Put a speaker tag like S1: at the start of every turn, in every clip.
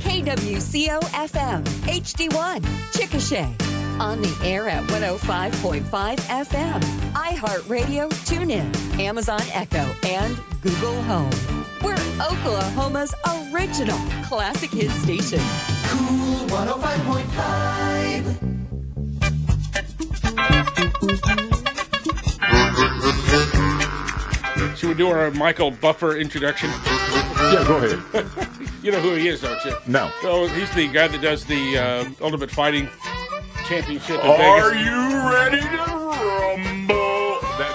S1: WCO FM, HD1, Chickasha. On the air at 105.5 FM, iHeartRadio, TuneIn, Amazon Echo, and Google Home. We're Oklahoma's original classic hit station.
S2: Cool 105.5.
S3: Should we do our Michael Buffer introduction?
S4: Yeah, go ahead.
S3: You know who he is, don't you?
S4: No.
S3: So he's the guy that does the uh, Ultimate Fighting Championship in
S4: Are
S3: Vegas.
S4: you ready to rumble? That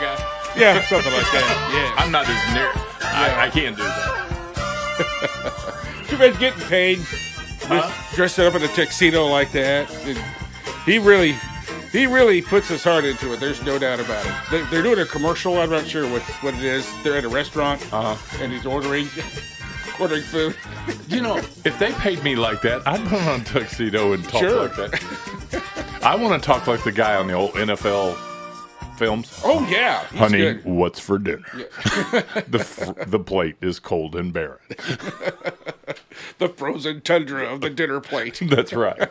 S4: guy.
S3: Yeah, something like that.
S4: I'm not as near. I, I can't do that.
S3: Yeah. Too bad getting paid. Just dressing up in a tuxedo like that. And he really, he really puts his heart into it. There's no doubt about it. They're, they're doing a commercial. I'm not sure what, what it is. They're at a restaurant and he's ordering, ordering food.
S4: Uh-huh. You know, if they paid me like that, I'd put on a tuxedo and talk
S3: Sure.
S4: like that. I want to talk like the guy on the old NFL films.
S3: Oh yeah, he's
S4: Honey,
S3: good.
S4: what's for dinner? the fr- the plate is cold and barren.
S3: the frozen tundra of the dinner plate.
S4: That's right.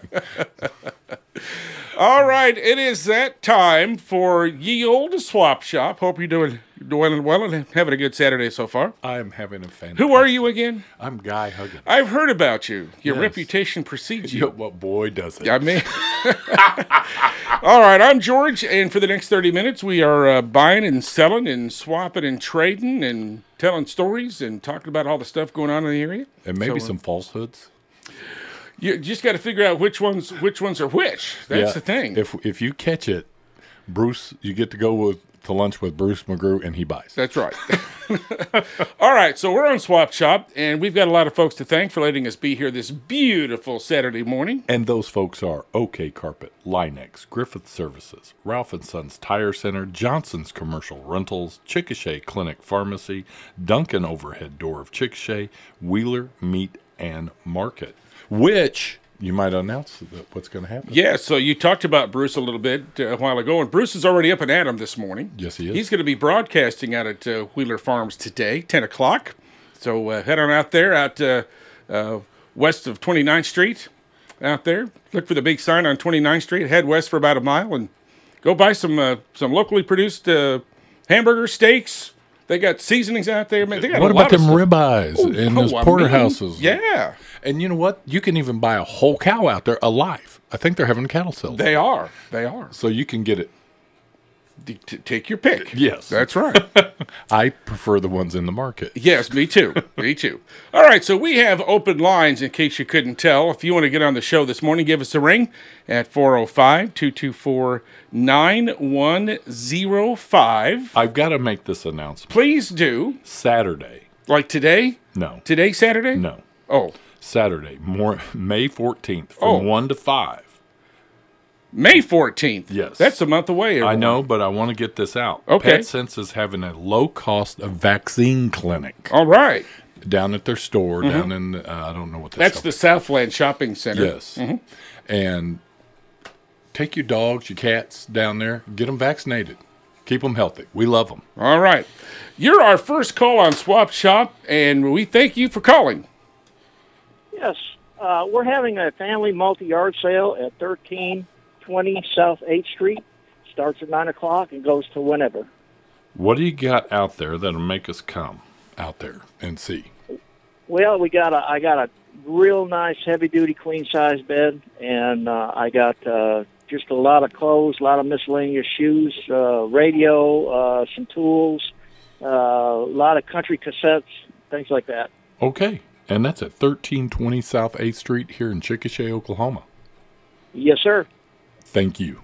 S3: All right, it is that time for ye old swap shop. Hope you're doing doing well and having a good Saturday so far.
S4: I am having a fan.
S3: Who are you again?
S4: I'm Guy Huggins.
S3: I've heard about you. Your
S4: Yes.
S3: reputation precedes
S4: Yeah,
S3: you.
S4: what boy does it?
S3: I mean, all right. I'm George, and for the next 30 minutes, we are uh, buying and selling and swapping and trading and telling stories and talking about all the stuff going on in the area.
S4: And maybe
S3: So, uh,
S4: some falsehoods.
S3: You just got to figure out which ones which ones are which. That's
S4: Yeah.
S3: the thing.
S4: If if you catch it, Bruce, you get to go with to lunch with Bruce McGrew, and he buys.
S3: That's right. All right, so we're on Swap Shop, and we've got a lot of folks to thank for letting us be here this beautiful Saturday morning.
S4: And those folks are OK Carpet, Linex, Griffith Services, Ralph and Sons Tire Center, Johnson's Commercial Rentals, Chickasha Clinic Pharmacy, Duncan Overhead Door of Chickasha, Wheeler Meat and Market, which you might announce that what's going to happen.
S3: Yeah, so you talked about Bruce a little bit uh, a while ago, and Bruce is already up and at 'em this morning.
S4: Yes, he is.
S3: He's going to be broadcasting out at uh, Wheeler Farms today, 10 o'clock. So uh, head on out there, out uh, uh, west of 29th Street, out there. Look for the big sign on 29th Street. Head west for about a mile and go buy some uh, some locally produced uh, hamburger steaks. They got seasonings out there. Man, they got
S4: What
S3: a lot
S4: about them
S3: of stuff.
S4: ribeyes and those
S3: Oh, I mean,
S4: porterhouses?
S3: Yeah,
S4: And you know what? You can even buy a whole cow out there alive. I think they're having cattle sales.
S3: they are. They are.
S4: so you can get it.
S3: D- t- take your pick.
S4: Yes.
S3: That's right.
S4: I prefer the ones in the market.
S3: Yes, me too. me too. All right, so we have open lines in case you couldn't tell. If you want to get on the show this morning, give us a ring at 405 224 9105.
S4: I've got to make this announcement.
S3: Please do.
S4: Saturday.
S3: Like today?
S4: No.
S3: Today, Saturday?
S4: No.
S3: Oh,
S4: Saturday, more May 14th from
S3: Oh.
S4: 1 to 5.
S3: May 14th.
S4: Yes.
S3: That's a month away.
S4: I
S3: everyone.
S4: know, but I want to get this out.
S3: Okay.
S4: Pet Sense is having a low cost vaccine clinic
S3: All right.
S4: down at their store down in, uh, I don't know what the
S3: Mm-hmm. That's
S4: shop
S3: the Southland Shopping Center. Mm-hmm.
S4: Yes. And take your dogs, your cats down there, get them vaccinated, keep them healthy. We love them.
S3: All right. You're our first call on Swap Shop, and we thank you for calling.
S5: Yes, uh, we're having a family multi-yard sale at 1320 South 8th Street. Starts at 9 o'clock and goes to whenever.
S4: What do you got out there that'll make us come out there and see?
S5: Well, we got a, I got a real nice heavy-duty queen-size bed, and uh, I got uh, just a lot of clothes, a lot of miscellaneous shoes, uh, radio, uh, some tools, uh, a lot of country cassettes, things like that.
S4: Okay. And that's at 1320 South 8th Street here in Chickasha, Oklahoma.
S5: Yes, sir.
S4: Thank you.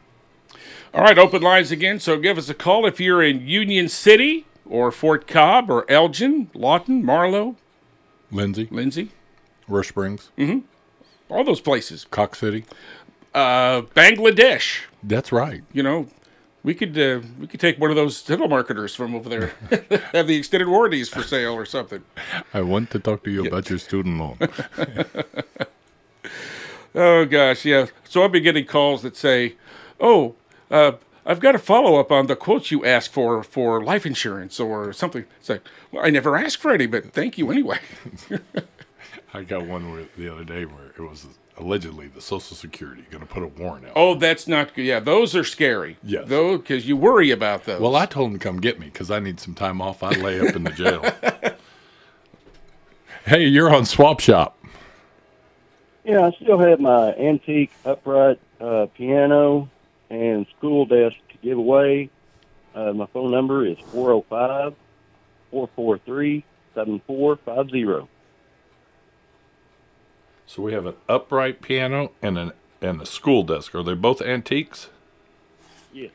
S3: All right, open lines again. So give us a call if you're in Union City or Fort Cobb or Elgin, Lawton, Marlow,
S4: Lindsay,
S3: Lindsay, Mm-hmm.
S4: Rush Springs,
S3: all those places.
S4: Cox City.
S3: Uh, Bangladesh,
S4: That's right.
S3: you know, we could uh, we could take one of those telemarketers from over there, have the extended warranties for sale or something.
S4: I want to talk to you about your student loan.
S3: Oh gosh, yeah. So I've been getting calls that say, "Oh, uh, I've got a follow up on the quotes you asked for for life insurance or something." It's like, well, I never asked for any, but thank you anyway.
S4: I got one where, the other day where it was allegedly the Social Security going to put a warrant out.
S3: Oh, that's not good. Yeah, those are scary.
S4: Yes.
S3: Though, because you worry about those.
S4: Well, I told him to come get me because I need some time off. I lay up in the jail. hey, you're on Swap Shop.
S2: Yeah, I still have my antique upright uh, piano and school desk to give away. Uh, my phone number is 405 443 7450.
S4: So we have an upright piano and an and a school desk. Are they both antiques?
S2: Yes.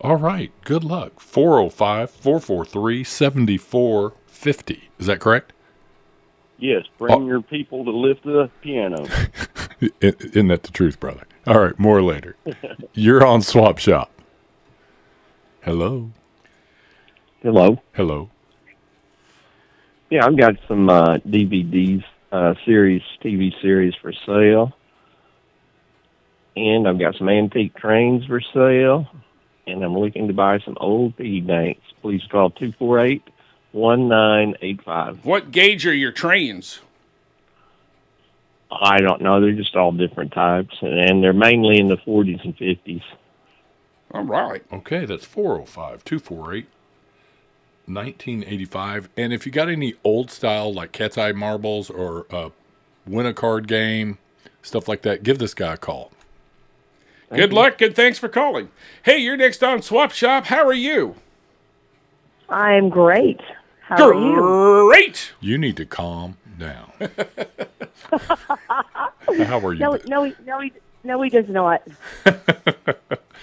S4: All right. Good luck. 405 443 7450. Is that correct?
S2: Yes, bring
S4: Oh.
S2: your people to lift the piano.
S4: I- Isn't that the truth, brother? All right. More later. You're on Swap Shop. Hello.
S6: Hello.
S4: Hello.
S6: Yeah, I've got some uh, DVDs, uh, series, TV series for sale, and I've got some antique trains for sale, and I'm looking to buy some old piggy banks. Please call two four eight one nine eight five.
S3: what gauge are your trains?
S6: I don't know; they're just all different types, and they're mainly in the 40s and 50s.
S3: All right.
S4: Okay, that's 405 248 1985. And if you got any old style, like cat's eye marbles or uh, win a card game, stuff like that, give this guy a call.
S3: good luck and thanks for calling. Hey, you're next on Swap Shop. How are you?
S7: I'm great. How are you?
S3: Great.
S4: You need to calm down. How are you?
S7: No, no, he, no, he, no, he does not.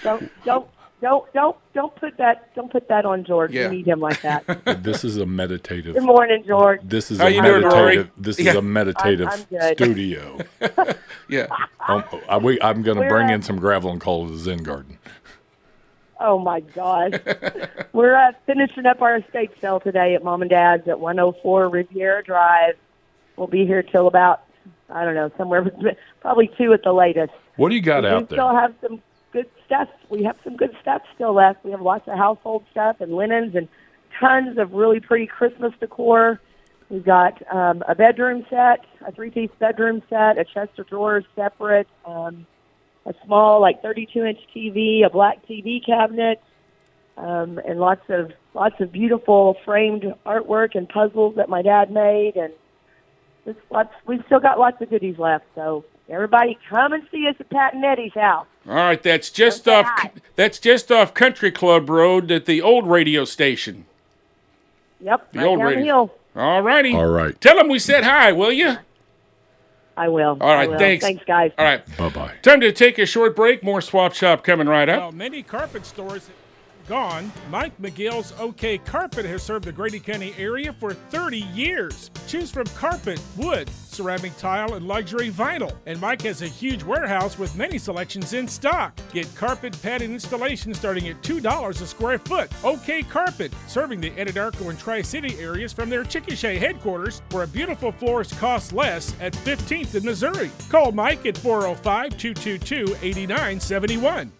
S7: don't, don't, don't, don't, don't put that, don't put that on George.
S3: Yeah.
S7: We need him like that. Good
S4: This is a meditative.
S7: morning, George.
S4: This is
S3: How
S4: a
S3: you doing,
S4: meditative.
S3: Rory?
S4: This is
S3: Yeah.
S4: a meditative
S7: I'm good.
S4: studio.
S3: Yeah.
S4: um, I, we, I'm going to
S7: We're
S4: bring
S7: at-
S4: in some gravel and call it a Zen garden.
S7: Oh my God, we're uh, finishing up our estate sale today at Mom and Dad's at 104 Riviera Drive. We'll be here till about I don't know somewhere between- probably two at the latest.
S4: What do you got
S7: we
S4: out
S7: do
S4: there?
S7: still have some good stuff. We have some good stuff still left. We have lots of household stuff and linens and tons of really pretty Christmas decor. We've got um, a bedroom set, a three-piece bedroom set, a chest of drawers separate, um, a small like 32-inch TV, a black TV cabinet, um, and lots of lots of beautiful framed artwork and puzzles that my dad made, and just lots. We've still got lots of goodies left, so everybody come and see us at Pat and Eddie's house.
S3: All right. That's just
S7: Okay,
S3: off.
S7: hi.
S3: That's just off Country Club Road at the old radio station.
S7: Yep,
S3: The
S7: right
S3: old
S7: down
S3: radio.
S7: the hill.
S3: All righty.
S4: All right.
S3: Tell them we said hi, will you?
S7: I will.
S3: All right,
S7: I will.
S3: thanks.
S7: Thanks, guys.
S3: All right.
S4: Bye bye.
S3: Time to take a short break. More Swap Shop coming right up.
S8: While many carpet stores have gone, Mike McGill's OK Carpet has served the Grady County area for 30 years. Choose from carpet, wood, ceramic tile, and luxury vinyl. And Mike has a huge warehouse with many selections in stock. Get carpet padding installation starting at $2 a square foot. OK Carpet, serving the Anadarko and Tri City areas from their Chickasha headquarters, where a beautiful florist costs less at 15th in Missouri. Call Mike at 405 222 8971.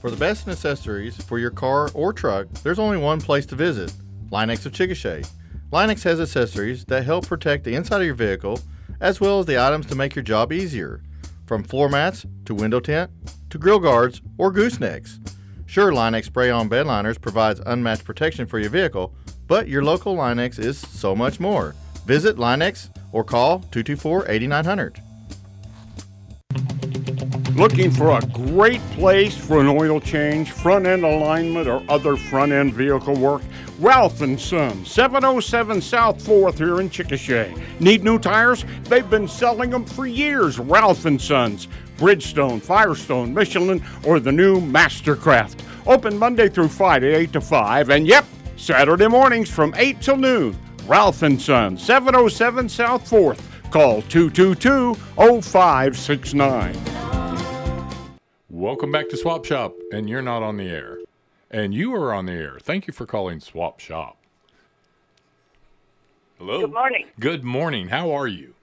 S9: For the best necessities for your car or truck, there's only one place to visit Linex of Chickasha. Linex has accessories that help protect the inside of your vehicle, as well as the items to make your job easier, from floor mats to window tint to grill guards or goosenecks. Sure, Linex spray on bed liners provides unmatched protection for your vehicle, but your local Linex is so much more. Visit Linex or call 224 8900.
S10: Looking for a great place for an oil change, front end alignment, or other front end vehicle work? Ralph and Son, 707 South 4th here in Chickasha. Need new tires? They've been selling them for years. Ralph and Sons, Bridgestone, Firestone, Michelin, or the new Mastercraft. Open Monday through Friday, 8 to 5, and yep, Saturday mornings from 8 till noon. Ralph and Son, 707 South 4th. Call 222 0569.
S4: Welcome back to Swap Shop, and you're not on the air. And you are on the air. Thank you for calling Swap Shop. Hello.
S11: Good morning.
S4: Oh. Good morning. How are you?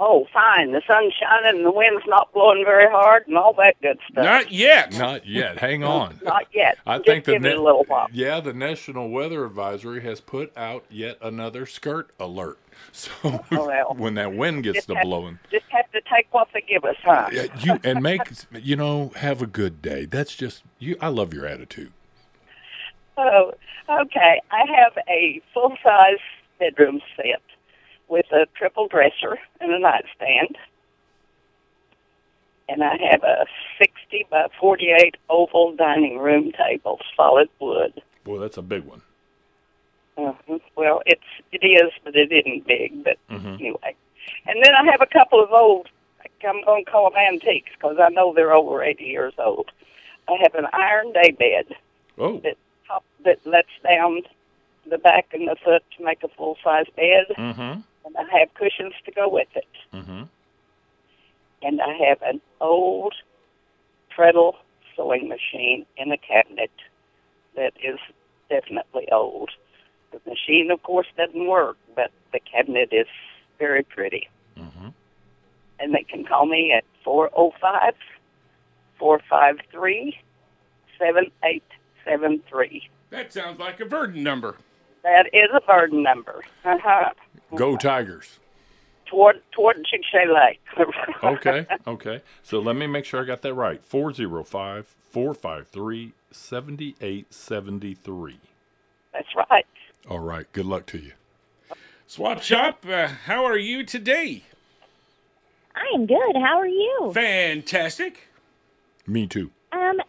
S11: Oh, fine. The sun's shining and the wind's not blowing very hard and all that good stuff.
S3: Not yet.
S4: Not yet. Hang on.
S11: Not yet.
S4: I
S11: Just
S4: think the
S11: give it
S4: na-
S11: a little while.
S4: Yeah, the National Weather Advisory has put out yet another skirt alert. So
S11: Oh, well.
S4: when that wind gets
S11: Just
S4: to
S11: have-
S4: blowing,
S11: Just have to take what they give us, huh?
S4: yeah, you and make you know have a good day. That's just you. I love your attitude.
S11: Oh, okay. I have a full size bedroom set with a triple dresser and a nightstand. And I have a 60 by 48 oval dining room table, solid wood.
S4: Boy, that's a big one.
S11: Mhm. Well, it's it is, but it isn't big. But
S4: Mhm.
S11: anyway, and then I have a couple of old. I'm going to call them antiques because I know they're over 80 years old. I have an iron day bed
S4: Oh,
S11: top that lets down the back and the foot to make a full size bed,
S4: mm-hmm,
S11: and I have cushions to go with it.
S4: mm-hmm.
S11: And I have an old treadle sewing machine in a cabinet that is definitely old. The machine, of course, doesn't work, but the cabinet is very pretty.
S4: Mhm.
S11: And they can call me at 405 453 7873.
S3: That sounds like a Verdon number.
S11: That is a burden number. Uh-huh.
S4: Go Tigers.
S11: Toward, toward Chick-fil-A Lake.
S4: Okay, okay. So let me make sure I got that right. 405 453 7873.
S11: That's right.
S4: All right. Good luck to you.
S3: Swap Shop, uh, how are you today?
S12: I am good. How are you?
S3: Fantastic.
S4: Me too.
S12: Um,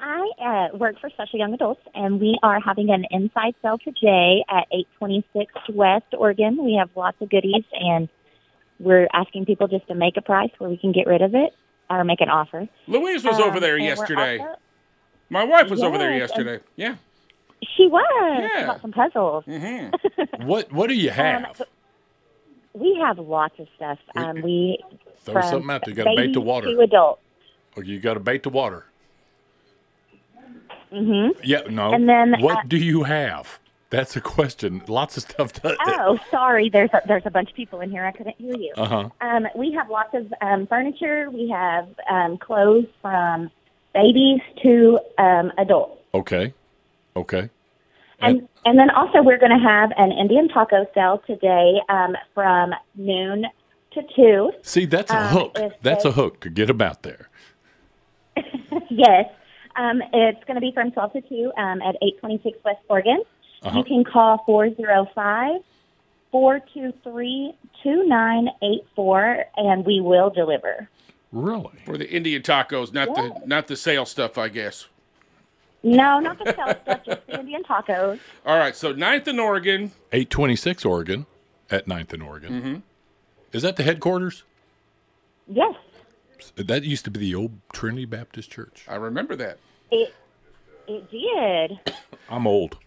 S12: I uh, work for Special Young Adults, and we are having an inside sale today at 826 West Oregon. We have lots of goodies, and we're asking people just to make a price where we can get rid of it or make an offer.
S3: Louise was
S12: Um,
S3: over there
S12: and we're
S3: yesterday.
S12: also-
S3: My wife was over there
S12: Yes, and-
S3: yesterday. Yeah.
S12: she was.
S3: Yeah.
S12: She bought some puzzles. Um,
S3: Mm-hmm.
S4: What What do
S11: Um,
S4: you have?
S12: We have lots of stuff. Um, we
S4: Throw
S12: from
S4: something out there. You got to bait
S12: babies
S4: the water.
S12: To adults.
S4: Or Oh, you got to bait the water.
S12: hmm
S4: Yeah, no.
S12: And then,
S4: what
S12: uh,
S4: do you have? That's a question. Lots of stuff. To,
S12: Oh, sorry. There's a, there's a bunch of people in here. I couldn't hear you.
S4: Uh huh.
S12: Um, we have lots of um, furniture. We have um, clothes from babies to um, adults.
S4: Okay. Okay.
S12: And, and then also we're going to have an Indian taco sale today um, from noon to 2.
S4: See, that's a
S12: Um,
S4: hook.
S12: if
S4: That's
S12: they-
S4: a hook to get about there.
S12: yes. Um, it's going to be from 12 to 2 um, at 826 West Oregon.
S4: Uh-huh.
S12: You can call 405 423 2984 and we will deliver.
S4: Really?
S3: For the Indian tacos, not the not the sale stuff, I guess.
S12: No, not the sale stuff, just the Indian tacos.
S3: All right, so ninth in Oregon.
S4: 826 Oregon at 9th and Oregon.
S3: Mm-hmm.
S4: Is that the headquarters?
S12: Yes.
S4: That used to be the old Trinity Baptist Church.
S3: I remember that.
S12: It it did.
S4: I'm old.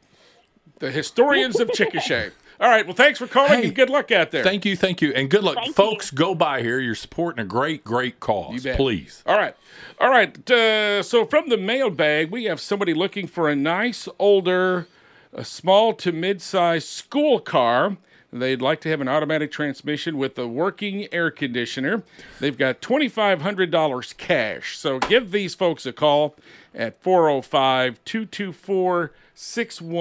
S3: The historians of Chickasha. All right, well, thanks for calling
S4: Hey,
S3: and good luck out there.
S4: Thank you, thank you, and good luck,
S12: Thank you.
S4: folks. Go by here. You're supporting a great, great
S3: You
S4: cause.
S3: bet.
S4: Please.
S3: All right. All right. Uh, so from the mailbag, we have somebody looking for a nice older, a small to mid-sized school car. They'd like to have an automatic transmission with a working air conditioner. They've got $2,500 cash. So give these folks a call at 405 224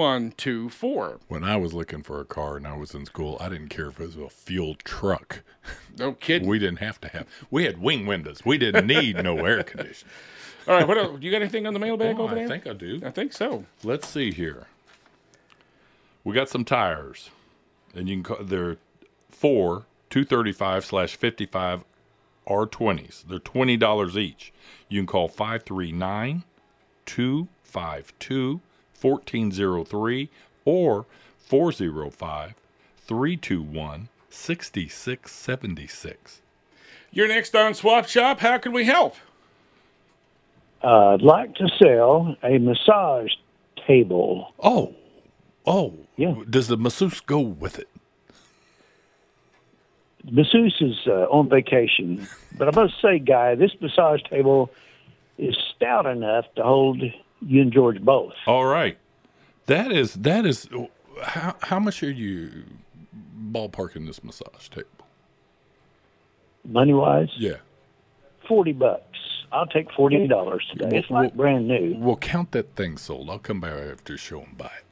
S3: 6124.
S4: When I was looking for a car and I was in school, I didn't care if it was a fuel truck.
S3: No kidding.
S4: We didn't have to have. We had wing windows. We didn't need no air conditioning.
S3: All right. What else? You got anything on the mailbag
S4: Oh,
S3: over there?
S4: I think I do.
S3: I think so.
S4: Let's see here. We got some tires, and you can call, they're four two thirty five slash fifty five R twenties. They're twenty dollars each. You can call 539 252 1403 or 405 321 6676.
S3: You're next on Swap Shop. How can we help?
S13: Uh, I'd like to sell a massage table.
S4: Oh, oh,
S13: Yeah.
S4: Does the masseuse go with it?
S13: Masseuse is uh, on vacation, but I must say, Guy, this massage table is stout enough to hold you and George both.
S4: All right. That is that is how how much are you ballparking this massage table?
S13: money wise?
S4: Yeah.
S13: Forty bucks. I'll take forty dollars today. it's like brand new.
S4: We'll count that thing sold. I'll come by after show and buy it.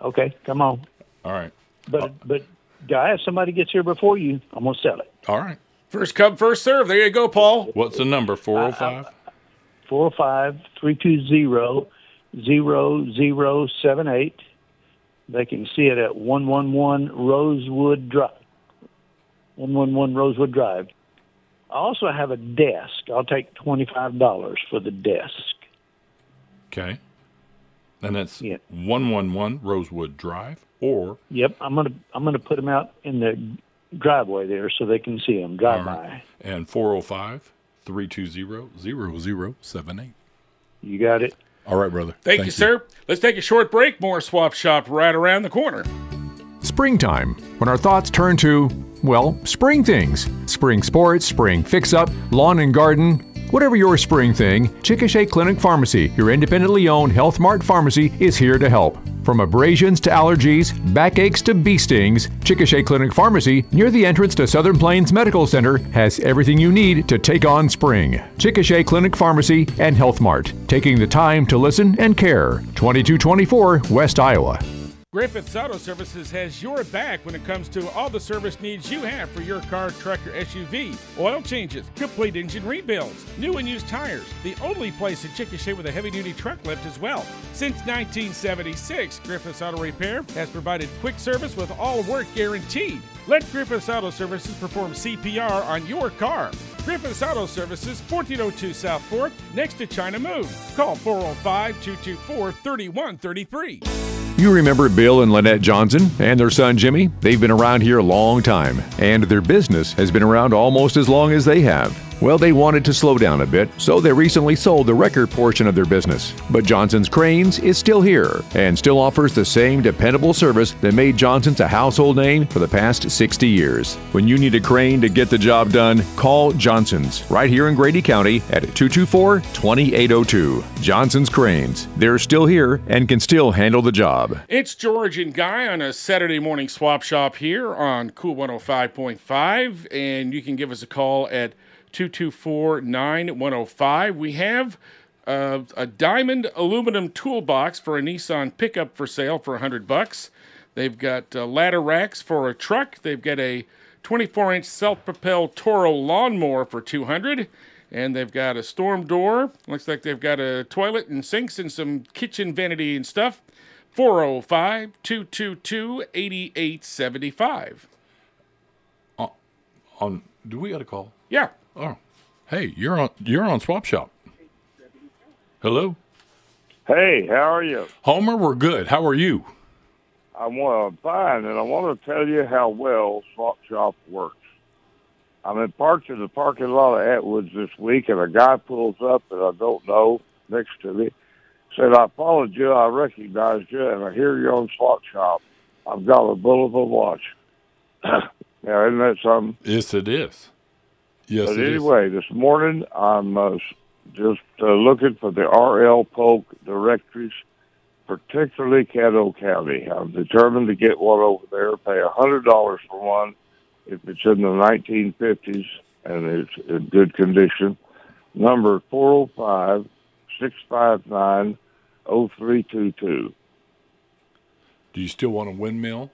S13: Okay, come on.
S4: All right. Uh,
S13: But but guy, if somebody gets here before you, I'm gonna sell it.
S4: All right.
S3: First come, first serve. There you go, Paul.
S4: What's the number? Four oh five.
S13: 405-320-0078. They can see it at 111 Rosewood Drive. 111 Rosewood Drive. I also have a desk. I'll take $25 for the desk.
S4: Okay. And that's one one one Rosewood Drive. Or
S13: Yep, I'm going to I'm going to put them out in the driveway there so they can see them drive by.
S4: and 405 320 0078.
S13: You got it.
S4: All right, brother.
S3: Thank, you, sir. Let's take a short break. More swap shop right around the corner.
S14: Springtime, when our thoughts turn to, well, spring things. Spring sports, spring fix up, lawn and garden. Whatever your spring thing, Chickasha Clinic Pharmacy, your independently owned Health Mart pharmacy, is here to help. From abrasions to allergies, backaches to bee stings, Chickasha Clinic Pharmacy, near the entrance to Southern Plains Medical Center, has everything you need to take on spring. Chickasha Clinic Pharmacy and Health Mart, taking the time to listen and care. 2224 West Iowa.
S8: Griffiths Auto Services has your back when it comes to all the service needs you have for your car, truck, or SUV. Oil changes, complete engine rebuilds, new and used tires. The only place in Chickasha with a heavy duty truck lift as well. Since 1976, Griffiths Auto Repair has provided quick service with all work guaranteed. Let Griffiths Auto Services perform CPR on your car. Griffiths Auto Services, 1402 South 4th, next to China Moon. Call 405 224 3133.
S14: You remember Bill and Lynette Johnson and their son Jimmy? They've been around here a long time, and their business has been around almost as long as they have. Well, they wanted to slow down a bit, so they recently sold the record portion of their business. But Johnson's Cranes is still here and still offers the same dependable service that made Johnson's a household name for the past 60 years. When you need a crane to get the job done, call Johnson's right here in Grady County at 224 2802. Johnson's Cranes. They're still here and can still handle the job.
S3: It's George and Guy on a Saturday morning swap shop here on Cool 105.5, and you can give us a call at 224 9105. We have uh, a diamond aluminum toolbox for a Nissan pickup for sale for 100 bucks. They've got uh, ladder racks for a truck. They've got a 24 inch self propelled Toro lawnmower for 200 and they've got a storm door. Looks like they've got a toilet and sinks and some kitchen vanity and stuff. 405 222 8875.
S4: On do we got a call?
S3: Yeah.
S4: Oh. Hey, you're on you're on Swap Shop. Hello?
S15: Hey, how are you?
S4: Homer, we're good. How are you?
S15: I want to fine, and I want to tell you how well Swap Shop works. I'm in parked in the parking lot of Atwood's this week, and a guy pulls up that I don't know next to me. Said, "I followed you. I recognized you, and I hear you on Swap Shop. I've got a bull of a watch." now, isn't that something?
S4: Yes, it is. Yes,
S15: but
S4: it is.
S15: anyway, this morning I'm uh, s- just uh, looking for the RL Polk directories, particularly Caddo County. I'm determined to get one over there. Pay a hundred dollars for one if it's in the 1950s and it's in good condition. Number four zero five six five nine zero three two two.
S4: Do you still want a windmill?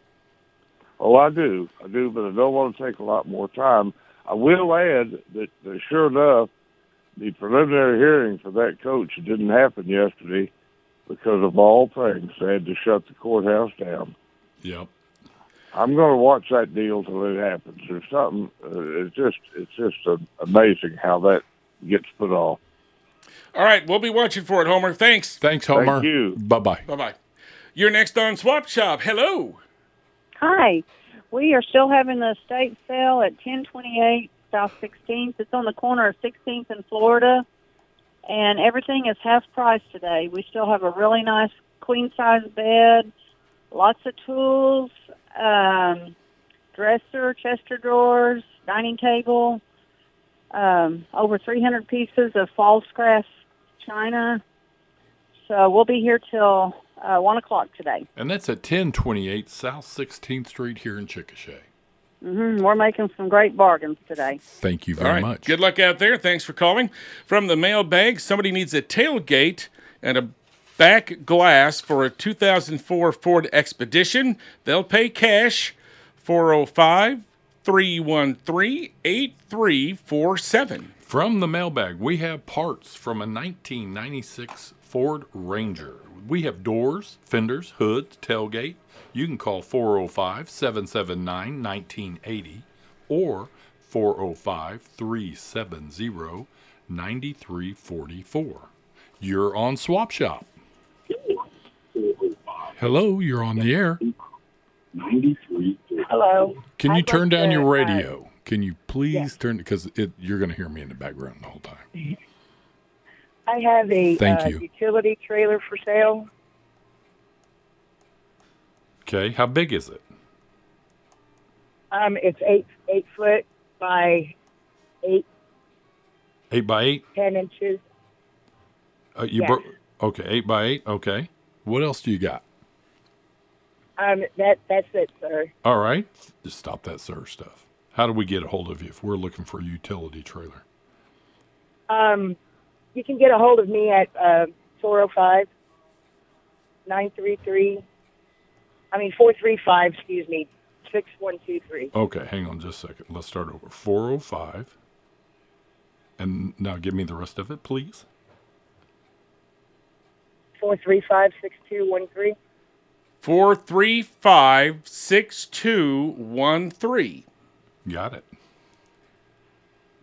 S15: Oh, I do. I do, but I don't want to take a lot more time. I will add that, that sure enough, the preliminary hearing for that coach didn't happen yesterday because of all things. They had to shut the courthouse down.
S4: Yep.
S15: I'm going to watch that deal till it happens. There's something. Uh, it's just it's just uh, amazing how that gets put off.
S3: All right, we'll be watching for it, Homer. Thanks.
S4: Thanks, Homer.
S15: Thank you.
S4: Bye bye.
S3: Bye bye. You're next on Swap Shop. Hello.
S16: Hi, we are still having the estate sale at 1028 South 16th. It's on the corner of 16th and Florida, and everything is half price today. We still have a really nice queen size bed, lots of tools, um, dresser, chest of drawers, dining table, um, over 300 pieces of false grass china. So we'll be here till uh, one o'clock today.
S4: And that's at 1028 South 16th Street here in Chickasha.
S17: Mm-hmm.
S16: hmm We're making some great bargains today.
S4: Thank you
S3: All
S4: very
S3: right.
S4: much.
S3: Good luck out there. Thanks for calling. From the mailbag, somebody needs a tailgate and a back glass for a 2004 Ford Expedition. They'll pay cash 405 313 8347.
S4: From the mailbag, we have parts from a 1996 Ford Ranger. We have doors, fenders, hoods, tailgate. You can call 405 779 1980 or 405 370 9344. You're on Swap Shop. Hello, you're on the air.
S16: Hello.
S4: Can you
S16: I'd
S4: turn
S16: like
S4: down
S16: to,
S4: your
S16: uh,
S4: radio? Can you please turn because it you're going to hear me in the background the whole time.
S16: I have a
S4: Thank
S16: uh,
S4: you.
S16: utility trailer for sale.
S4: Okay, how big is it?
S16: Um, it's eight eight foot by eight
S4: Eight by eight.
S16: ten inches.
S4: Uh, you
S16: Yeah.
S4: broke. Okay, eight by eight. Okay. What else do you got?
S16: Um, that that's it, sir.
S4: All right. Just stop that sir stuff. How do we get a hold of you if we're looking for a utility trailer?
S16: Um, you can get a hold of me at uh, 405 933, I mean 435, excuse me, 6123.
S4: Okay, hang on just a second. Let's start over. Four oh five. And now give me the rest of it, please.
S16: 435 6213.
S3: 435 6213.
S4: Got it.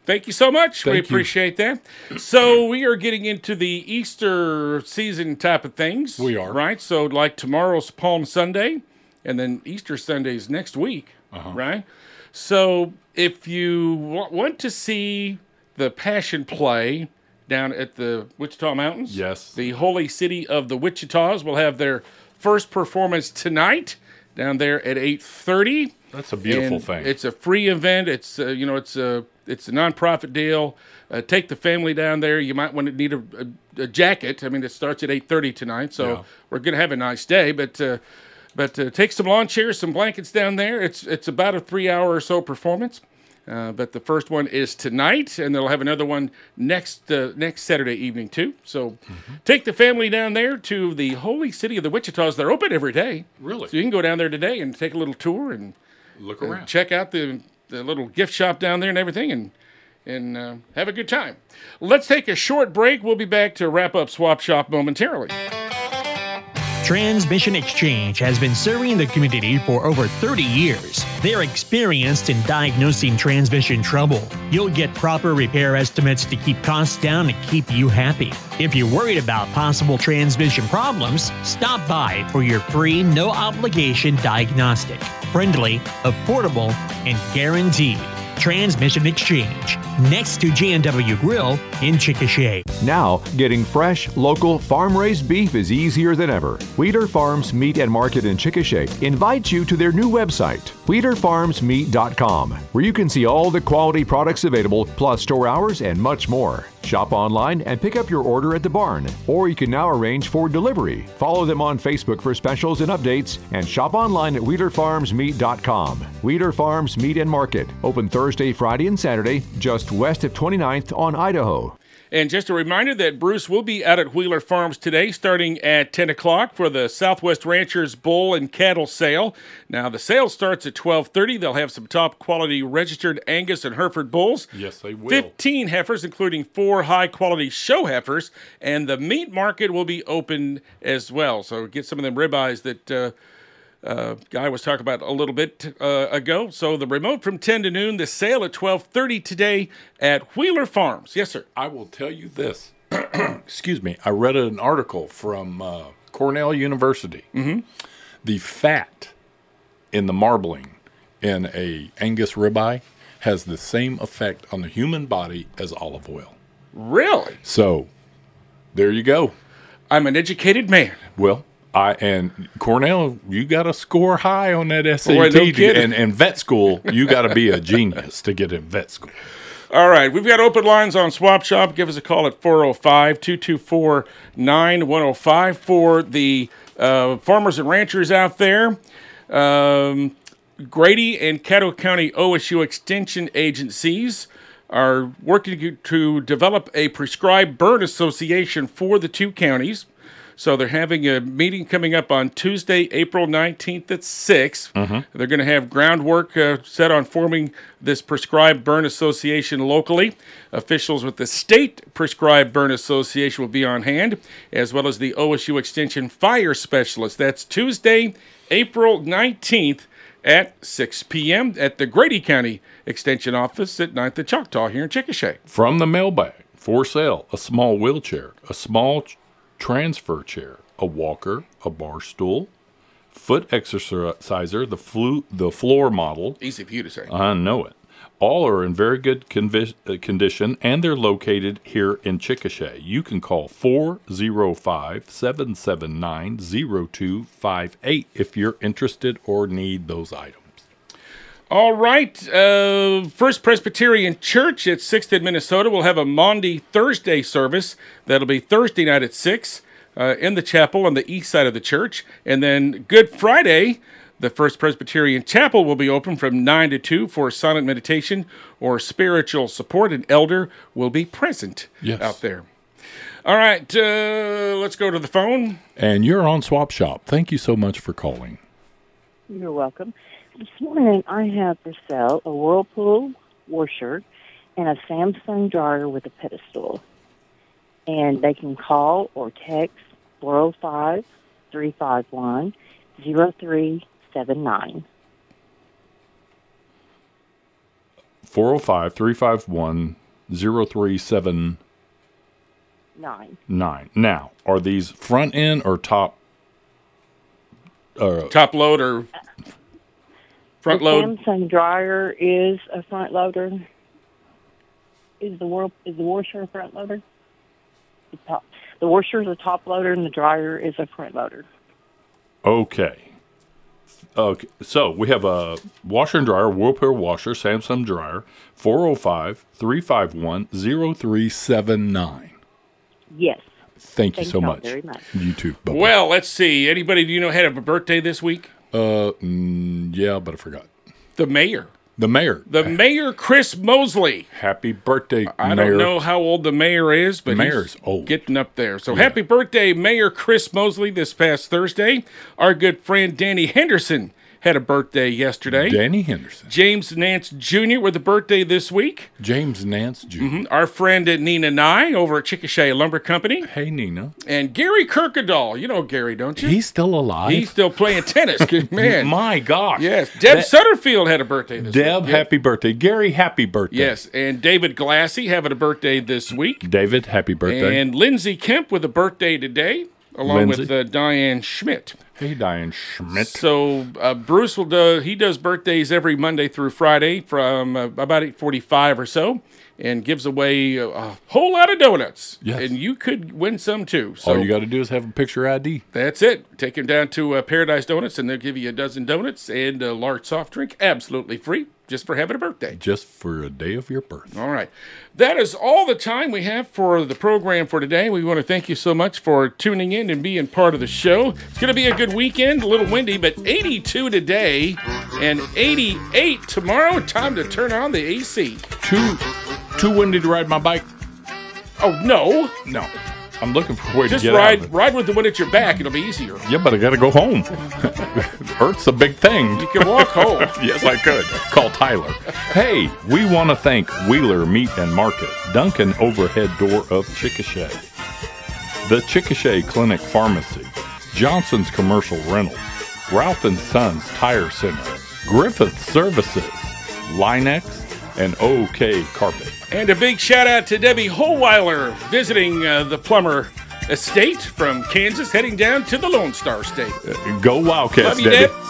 S3: Thank you so much. we
S4: Thank you.
S3: appreciate that. So we are getting into the Easter season type of things. We are right. So like tomorrow's Palm Sunday, and then Easter Sunday's next week. Right. So if you wa- want to see the Passion Play down at the Wichita Mountains,
S4: Yes.
S3: the holy city of the Wichitas will have their first performance tonight down there at eight thirty.
S4: That's a beautiful
S3: And
S4: thing.
S3: It's a free event. It's uh, you know it's a it's a nonprofit deal. Uh, take the family down there. You might want to need a, a, a jacket. I mean, it starts at eight thirty tonight, so
S4: Yeah.
S3: we're gonna have a nice day. But uh, but uh, take some lawn chairs, some blankets down there. It's it's about a three hour or so performance. Uh, but the first one is tonight, and they'll have another one next uh, next Saturday evening too. So,
S4: Mm-hmm.
S3: take the family down there to the holy city of the Wichitas. They're open every day,
S4: Really?
S3: So you can go down there today and take a little tour and
S4: Look
S3: uh,
S4: around.
S3: check out the, the little gift shop down there and everything and and uh, have a good time. Let's take a short break. We'll be back to wrap up Swap Shop momentarily.
S18: Transmission Exchange has been serving the community for over 30 years. They're experienced in diagnosing transmission trouble. You'll get proper repair estimates to keep costs down and keep you happy. If you're worried about possible transmission problems, stop by for your free, no obligation diagnostic. Friendly, affordable, and guaranteed. Transmission Exchange, next to J&W Grill in Chickasha.
S14: Now, getting fresh, local, farm raised beef is easier than ever. Wheater Farms Meat and Market in Chickasha invites you to their new website, wheaterfarmsmeat.com, where you can see all the quality products available, plus store hours and much more. Shop online and pick up your order at the barn, or you can now arrange for delivery. Follow them on Facebook for specials and updates, and shop online at wheaterfarmsmeat.com. Wheater Farms Meat and Market, open Thursday, Friday, and Saturday, just west of 29th on Idaho.
S3: And just a reminder that Bruce will be out at Wheeler Farms today starting at 10 o'clock for the Southwest Ranchers Bull and Cattle Sale. Now, the sale starts at 1230. They'll have some top quality registered Angus and Hereford bulls.
S4: Yes, they will.
S3: 15 heifers, including four high quality show heifers, and the meat market will be open as well. So get some of them ribeyes that uh, uh, guy was talking about a little bit uh, ago. So the remote from 10 to noon, the sale at 12:30 today at Wheeler Farms. Yes, sir.
S4: I will tell you this. Excuse me. I read an article from uh, Cornell University. Mm-hmm. The fat in the marbling in a Angus ribeye has the same effect on the human body as olive oil.
S3: Really?
S4: So, there you go.
S3: I'm an educated man.
S4: Well, I and Cornell, you got to score high on that SAT.
S3: no
S4: to-
S3: Oh, kidding.
S4: and, and vet school, you got to be a genius to get in vet school.
S3: All right, we've got open lines on Swap Shop. Give us a call at 405 224 9105 for the uh, farmers and ranchers out there. Um, Grady and Caddo County OSU Extension Agencies are working to develop a prescribed burn association for the two counties. So they're having a meeting coming up on Tuesday, April 19th at 6.
S4: Mhm.
S3: They're going to have groundwork uh, set on forming this prescribed burn association locally. Officials with the state prescribed burn association will be on hand, as well as the OSU Extension fire specialist. That's Tuesday, April 19th at 6 p.m. at the Grady County Extension Office at 9th and Choctaw here in Chickasha.
S4: From the mailbag, for sale, a small wheelchair, a small ch- transfer chair, a walker, a bar stool, foot exerciser, the flu- the floor model.
S3: Easy for you to say.
S4: I know it. All are in very good convi- uh, condition and they're located here in Chickasha. You can call 405 779 0258 if you're interested or need those items.
S3: All right. Uh, First Presbyterian Church at 6th in Minnesota will have a Maundy Thursday service. That'll be Thursday night at 6 uh, in the chapel on the east side of the church. And then Good Friday, the First Presbyterian Chapel will be open from 9 to 2 for silent meditation or spiritual support. An elder will be present
S4: Yes.
S3: out there. All right. Uh, let's go to the phone.
S4: And you're on Swap Shop. Thank you so much for calling.
S17: You're welcome. This morning I have for sale a Whirlpool washer and a Samsung dryer with a pedestal. And they can call or text 405 351 0379.
S4: 405 351 0379. Now, are these front end or top? Uh,
S3: top load or front
S17: the
S3: load?
S17: Samsung dryer is a front loader. Is the whirl is the washer a front loader? The, top, the washer is a top loader and the dryer is a front loader.
S4: Okay. Okay. So we have a washer and dryer, Whirlpool washer, Samsung dryer, 405 351 0379.
S17: Yes.
S4: Thank you so
S17: y'all
S4: much.
S17: very much.
S4: You too. Bye.
S3: Well, let's see. Anybody do you know had a birthday this week?
S4: Uh, mm, yeah, but I forgot.
S3: The mayor.
S4: The mayor.
S3: The mayor, Chris Mosley.
S4: Happy birthday,
S3: I
S4: mayor.
S3: don't know how old the mayor is, but
S4: Mayor's
S3: he's old. getting up there. So happy birthday, Mayor Chris Mosley, this past Thursday. Our good friend Danny Henderson had a birthday yesterday.
S4: Danny Henderson.
S3: James Nance Jr. with a birthday this week.
S4: James Nance Jr.
S3: Mhm. Our friend uh, Nina Nye over at Chickasha Lumber Company.
S4: Hey, Nina.
S3: And Gary Kirkendall. You know Gary, don't you?
S4: He's still alive.
S3: He's still playing tennis, man.
S4: My gosh.
S3: Yes. Deb
S4: That-
S3: Sutterfield had a birthday this
S4: Deb,
S3: week.
S4: happy birthday. Gary, happy birthday.
S3: Yes, and David Glassy having a birthday this week,
S4: David, happy birthday.
S3: and Lindsay Kemp with a birthday today, along with
S4: Lindsay.
S3: uh, Diane Schmidt.
S4: hey, Diane Schmidt.
S3: So uh, Bruce will do, he does birthdays every Monday through Friday from uh, about eight forty-five or so, and gives away a, a whole lot of donuts.
S4: Yes. Oh,
S3: and you could win some too. So
S4: All you got to do is have a picture ID.
S3: that's it. Take him down to uh, Paradise Donuts, and they'll give you a dozen donuts and a large soft drink, absolutely free, just for having a birthday.
S4: Just for a day of your birth.
S3: All right. That is all the time we have for the program for today. We want to thank you so much for tuning in and being part of the show. It's going to be a good weekend, a little windy, but 82 today and 88 tomorrow. Time to turn on the AC.
S4: Too, too windy to ride my bike.
S3: Oh, no.
S4: No. I'm looking for a way
S3: Just
S4: to get out.
S3: ride,
S4: of
S3: ride with the one at your back. It'll be easier.
S4: it. Yeah, but I got to go home. Earth's a big thing. You
S3: can walk home.
S4: yes, I could. Call Tyler. Hey, we want to thank Wheeler Meat and Market, Duncan Overhead Door of Chickasha. The Chickasha Clinic Pharmacy, Johnson's Commercial Rental, Ralph and Sons Tire Center, Griffith Services, Linex, and OK Carpet.
S3: And a big shout out to Debbie Holweiler visiting uh, the plumber estate from Kansas, heading down to the Lone Star State.
S4: Uh, Go Wildcats,
S3: Love you,
S4: Debbie.
S3: Deb.